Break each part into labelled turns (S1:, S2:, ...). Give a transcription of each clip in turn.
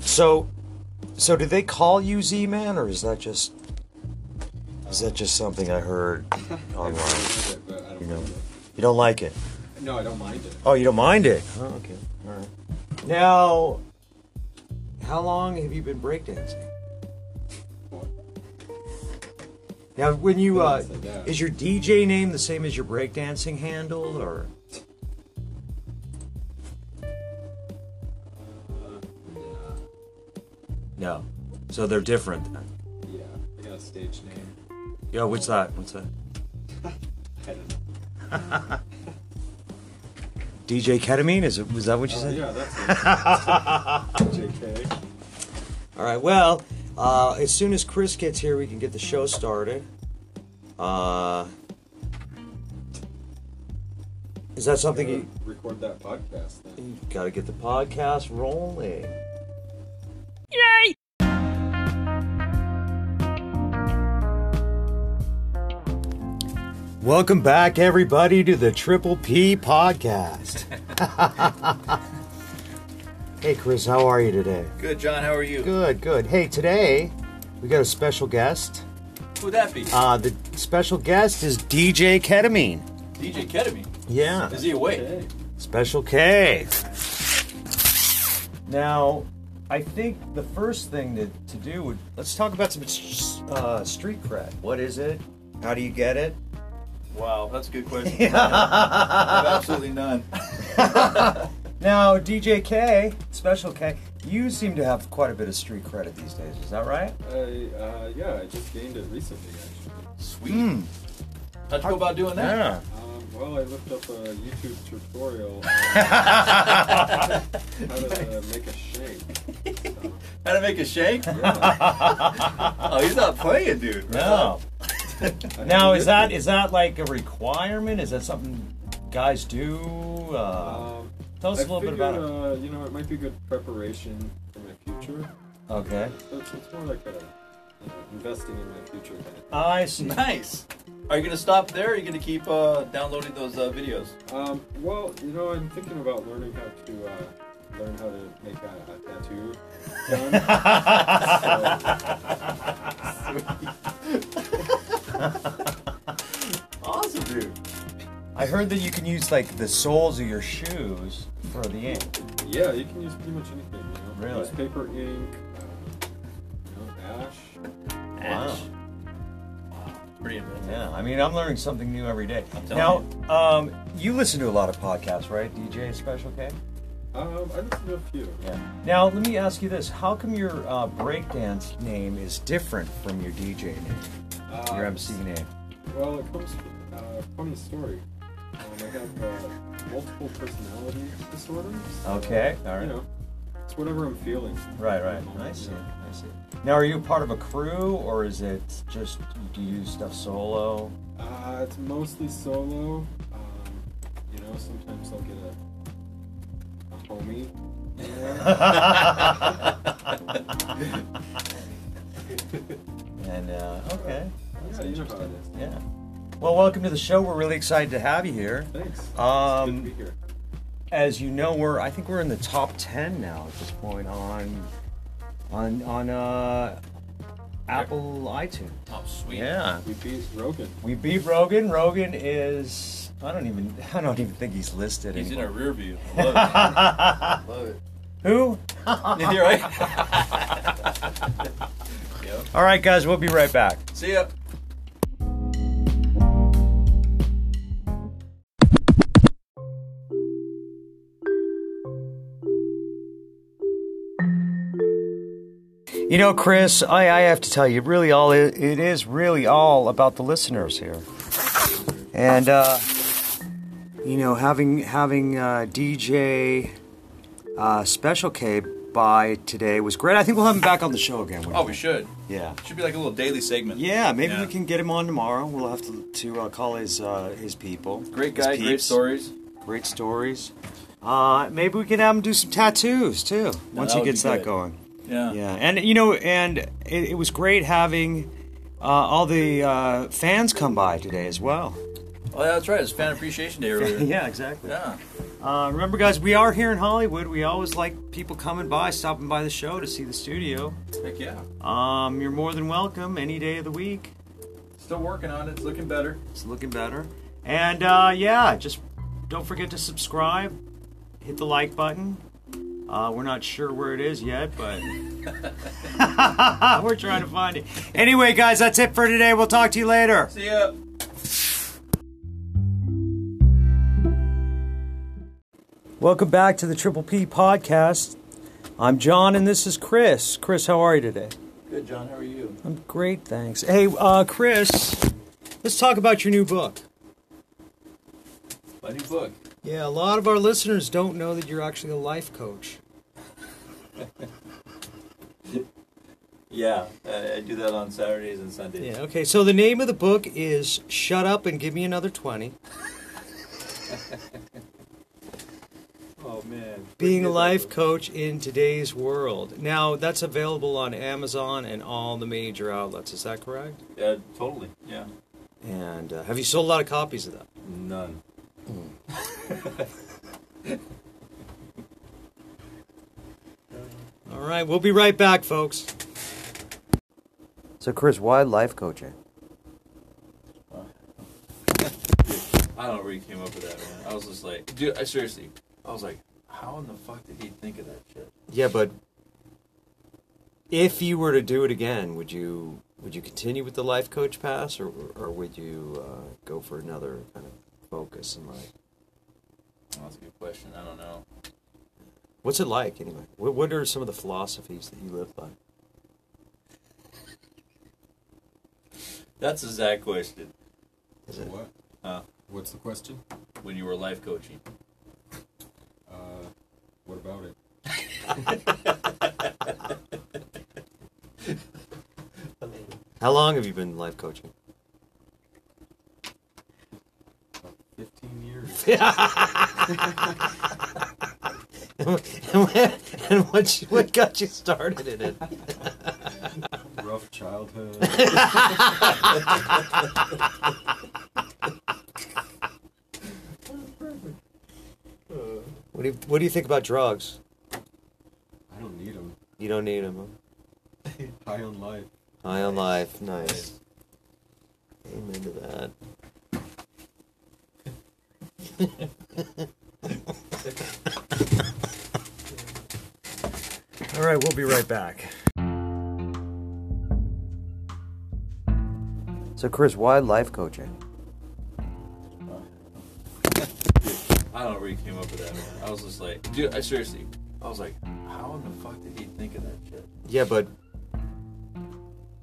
S1: So, so did they call you Z Man, or is that just is that just something I heard online?
S2: but I don't
S1: You know,
S2: mind
S1: you don't like it.
S2: it. No, I don't mind it.
S1: Oh, you don't mind it? Oh, okay, all right.
S3: Now, how long have you been breakdancing? Now, when you uh,
S2: Yes, I guess.
S3: is your DJ name the same as your breakdancing handle, or
S2: Uh,
S3: no? So they're different. Then.
S2: Yeah, I got a stage name.
S3: Yo, what's that? What's that?
S2: I don't know.
S3: DJ Ketamine? Is it? Was that what you said?
S2: Yeah, that's it. JK.
S3: All right. Well, uh, as soon as Chris gets here, we can get the show started. Uh, is that something
S2: Gotta
S3: you,
S2: record that podcast then.
S3: you got to get the podcast rolling? Welcome back, everybody, to the Triple P Podcast. hey, Chris, how are you today?
S4: Good, John. How are you?
S3: Good, good. Hey, today we got a special guest.
S4: Who'd that be?
S3: Uh, the special guest is DJ Ketamine.
S4: DJ Ketamine.
S3: Yeah.
S4: Is he awake?
S3: Special K. Now, I think the first thing to, to do would let's talk about some uh, street cred. What is it? How do you get it?
S4: Wow, that's a good question. I have absolutely none.
S3: Now, DJ K, Special K, you seem to have quite a bit of street credit these days. Is that right?
S2: I, uh, yeah, I just gained it recently actually.
S4: Sweet.
S3: Hmm.
S4: How'd you go about doing that?
S3: Yeah.
S2: Um, well, I looked up a YouTube tutorial on how to uh, make a shake.
S4: How to make a shake?
S2: Yeah.
S4: Oh, he's not playing, dude.
S3: No. now is that is that like a requirement? Is that something guys do? Uh,
S2: Um,
S3: tell us
S2: I
S3: a little bit about
S2: figured,
S3: it.
S2: Uh, you know, it might be good preparation for my future.
S3: Okay.
S2: So it's, it's more like a, you know, investing in my future kind of thing.
S3: I see.
S4: Nice. Are you gonna stop there? Or are you gonna keep uh, downloading those uh, videos?
S2: Um, well, you know, I'm thinking about learning how to uh, learn how to make a, a tattoo. done.
S4: Awesome, dude.
S3: I heard that you can use like the soles of your shoes for the ink.
S2: So, yeah, you can use pretty much anything. You know,
S3: Really?
S2: newspaper ink, uh, you know, ash.
S3: Wow.
S4: Pretty amazing.
S3: Yeah. I mean, I'm learning something new every day.
S4: I'm
S3: Now,
S4: telling
S3: um, you listen to a lot of podcasts, right? DJ Special K.
S2: Um, I listened to a few.
S3: Yeah. Now, let me ask you this: How come your uh, breakdance name is different from your DJ name,
S2: Uh,
S3: your MC name?
S2: Well, it comes from uh, funny story. Um, I have uh, multiple personality disorders. so,
S3: Okay, all right.
S2: You know, it's whatever I'm feeling. Um,
S3: Right, right. I see. I see. Now, are you part of a crew, or is it just do you do stuff solo?
S2: Uh, it's mostly solo. Um, you know, sometimes I'll get a, a homie. you know?
S3: And uh, okay,
S2: yeah, you know how it is.
S3: yeah. Well, welcome to the show. We're really excited to have you here.
S2: Thanks.
S3: Um,
S2: it's good to be here.
S3: As you know, we're I think we're in the top ten now at this point on on on uh, Apple iTunes.
S4: Oh, sweet.
S3: Yeah,
S2: We beat Rogan.
S3: we beat Rogan. Rogan is I don't even I don't even think he's listed
S4: He's in
S3: anymore.
S4: our rear view. I love it. love it.
S3: Who?
S4: You're right. yep.
S3: All right, guys, we'll be right back.
S4: See ya.
S3: You know, Chris, I, I have to tell you, really, all it, it is really all about the listeners here, and uh, you know, having having uh, DJ uh, Special K by today was great. I think we'll have him back on the show again.
S4: Oh, we should.
S3: yeah,
S4: Should be like a little daily segment.
S3: yeah. Maybe
S4: Yeah.
S3: we can get him on tomorrow. We'll have to to uh, call his uh, his people.
S4: Great
S3: his
S4: guy, great
S3: peeps,
S4: stories.
S3: great stories. Uh, maybe we can have him do some tattoos too once
S4: that
S3: he
S4: would be
S3: gets that
S4: good.
S3: going.
S4: Yeah.
S3: Yeah, and you know, and it, it was great having uh, all the uh, fans come by today as well.
S4: Oh, yeah, that's right. It's Fan Appreciation Day earlier.
S3: yeah, exactly.
S4: yeah.
S3: Uh, remember, guys, we are here in Hollywood. We always like people coming by, stopping by the show to see the studio.
S4: Heck yeah.
S3: Um, you're more than welcome any day of the week.
S4: Still working on it. It's looking better.
S3: It's looking better. And uh, yeah, just don't forget to subscribe, hit the like button. Uh, we're not sure where it is yet, but we're trying to find it. Anyway, guys, that's it for today. We'll talk to you later.
S4: See ya.
S3: Welcome back to the Triple P podcast. I'm John, and this is Chris. Chris, how are you today?
S4: Good, John. How are you?
S3: I'm great, thanks. Hey, uh, Chris, let's talk about your new book.
S4: My new book.
S3: Yeah, a lot of our listeners don't know that you're actually a life coach.
S4: Yeah, I, I do that on Saturdays and Sundays.
S3: Yeah, okay, so the name of the book is Shut Up and Give Me Another 20
S4: Oh man.
S3: Being a Life Coach in Today's World. Now, that's available on Amazon and all the major outlets, is that correct?
S4: Yeah, totally. Yeah.
S3: And uh, have you sold a lot of copies of that?
S4: None.
S3: All right, we'll be right back, folks.
S1: So, Chris, why life coaching?
S4: I don't know where he came up with that, man. I was just like, dude, I seriously, I was like, how in the fuck did he think of that shit?
S1: Yeah, but if you were to do it again, would you would you continue with the life coach pass, or or would you uh, go for another kind of focus in life?
S4: Well, that's a good question. I don't know.
S1: What's it like anyway? What what are some of the philosophies that you live by?
S4: That's a Zach question.
S1: Is it?
S2: What?
S3: Uh.
S4: Huh?
S2: Uh, What's the question?
S4: When you were life coaching.
S2: Uh, what about it?
S1: How long have you been life coaching?
S2: About 15 years.
S1: and what you- what got you started in it?
S2: Rough childhood.
S1: What do you, what do you think about drugs?
S2: I don't need them.
S1: You don't need them.
S2: High on life.
S1: High on life, nice. Amen to that.
S3: All right, we'll be right back.
S1: So, Chris, why life coaching?
S4: I don't know where he came up with that, man. I was just like, dude, I seriously, I was like, how in the fuck did he think of that shit?
S1: Yeah, but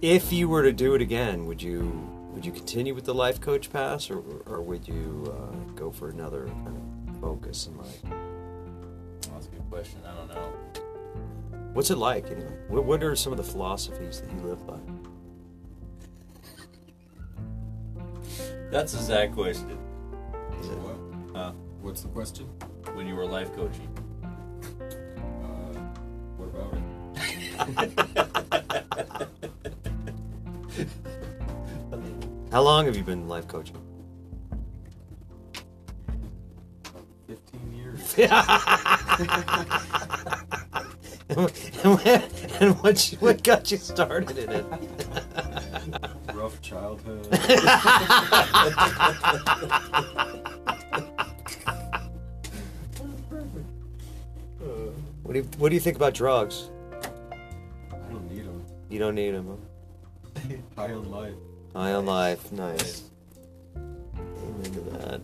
S1: if you were to do it again, would you would you continue with the life coach pass, or or would you uh, go for another kind of focus in life?
S4: Well, that's a good question. I don't know.
S1: What's it like anyway? What, what are some of the philosophies that you live by?
S4: That's a Zach question.
S1: Is it?
S2: What? Uh,
S4: Huh?
S2: What's the question?
S4: When you were life coaching.
S2: Uh, what about it?
S1: How long have you been life coaching?
S2: 15 years.
S1: and what- and what you- what got you started in it?
S2: Rough childhood.
S1: What do you, what do you think about drugs?
S2: I don't need them.
S1: You don't need them.
S2: High on life.
S1: High on life, nice. Amen to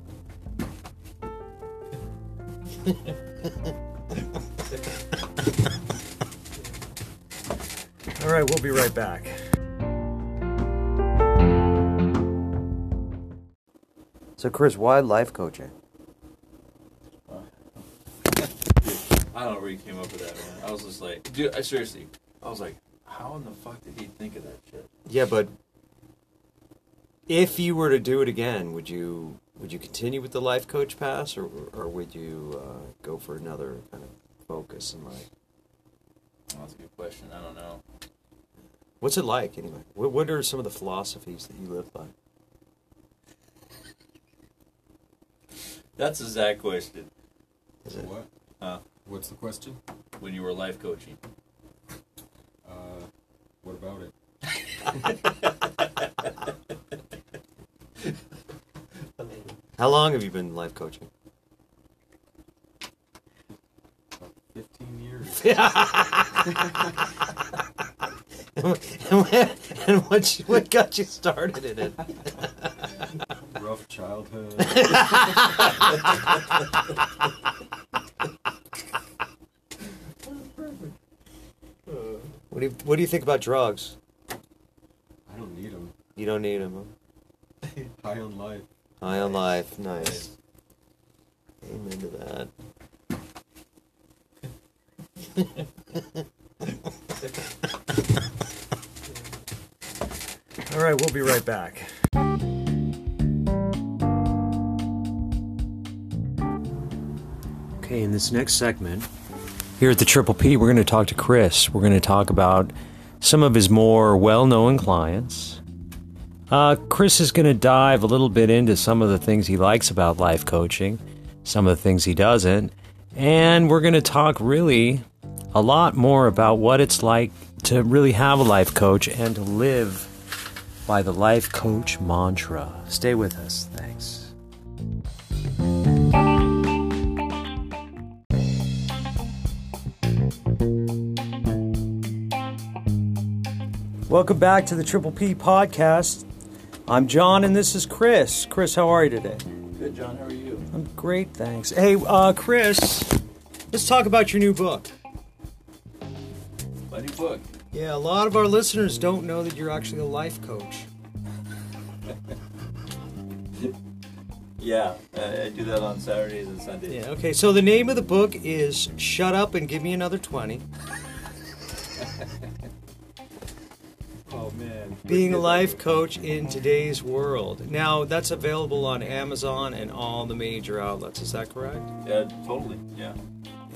S1: that.
S3: All right, we'll be right back.
S1: So, Chris, why life coaching?
S4: I don't know where he came up with that, man. I was just like, dude, I seriously, I was like, how in the fuck did he think of that shit?
S1: Yeah, but if you were to do it again, would you would you continue with the life coach pass, or or would you uh, go for another kind of focus in life?
S4: Well, that's a good question. I don't know.
S1: What's it like anyway? What what are some of the philosophies that you live by?
S4: That's a Zach question.
S1: Is it?
S2: What?
S4: Huh?
S2: Uh, What's the question?
S4: when you were life coaching.
S2: Uh, what about it?
S1: How long have you been life coaching?
S2: 15 years.
S1: and what- and what, you- what got you started in it?
S2: Rough childhood.
S1: What do you, what do you think about drugs?
S2: I don't need them.
S1: You don't need them.
S2: High on life.
S1: High on life. Nice. Amen to that.
S3: All right, we'll be right back. Okay, in this next segment, here at the Triple P, we're going to talk to Chris. We're going to talk about some of his more well known clients. Uh, Chris is going to dive a little bit into some of the things he likes about life coaching, some of the things he doesn't, and we're going to talk really a lot more about what it's like to really have a life coach and to live by the Life Coach Mantra. Stay with us. Thanks. Welcome back to the Triple P podcast. I'm John and this is Chris. Chris, how are you today?
S4: Good, John. How are you?
S3: I'm great, thanks. Hey, uh, Chris, let's talk about your new book.
S4: My new book.
S3: Yeah, a lot of our listeners don't know that you're actually a life coach.
S4: Yeah, I, I do that on Saturdays and Sundays.
S3: Yeah, okay. So the name of the book is Shut Up and Give Me Another 20.
S2: Oh, man.
S3: Being a life coach in today's world. Now, that's available on Amazon and all the major outlets. Is that correct?
S4: Yeah, totally. Yeah.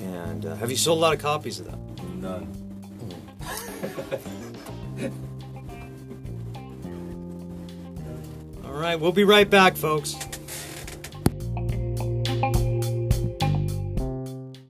S3: And uh, have you sold a lot of copies of that?
S4: None.
S3: All right, we'll be right back, folks.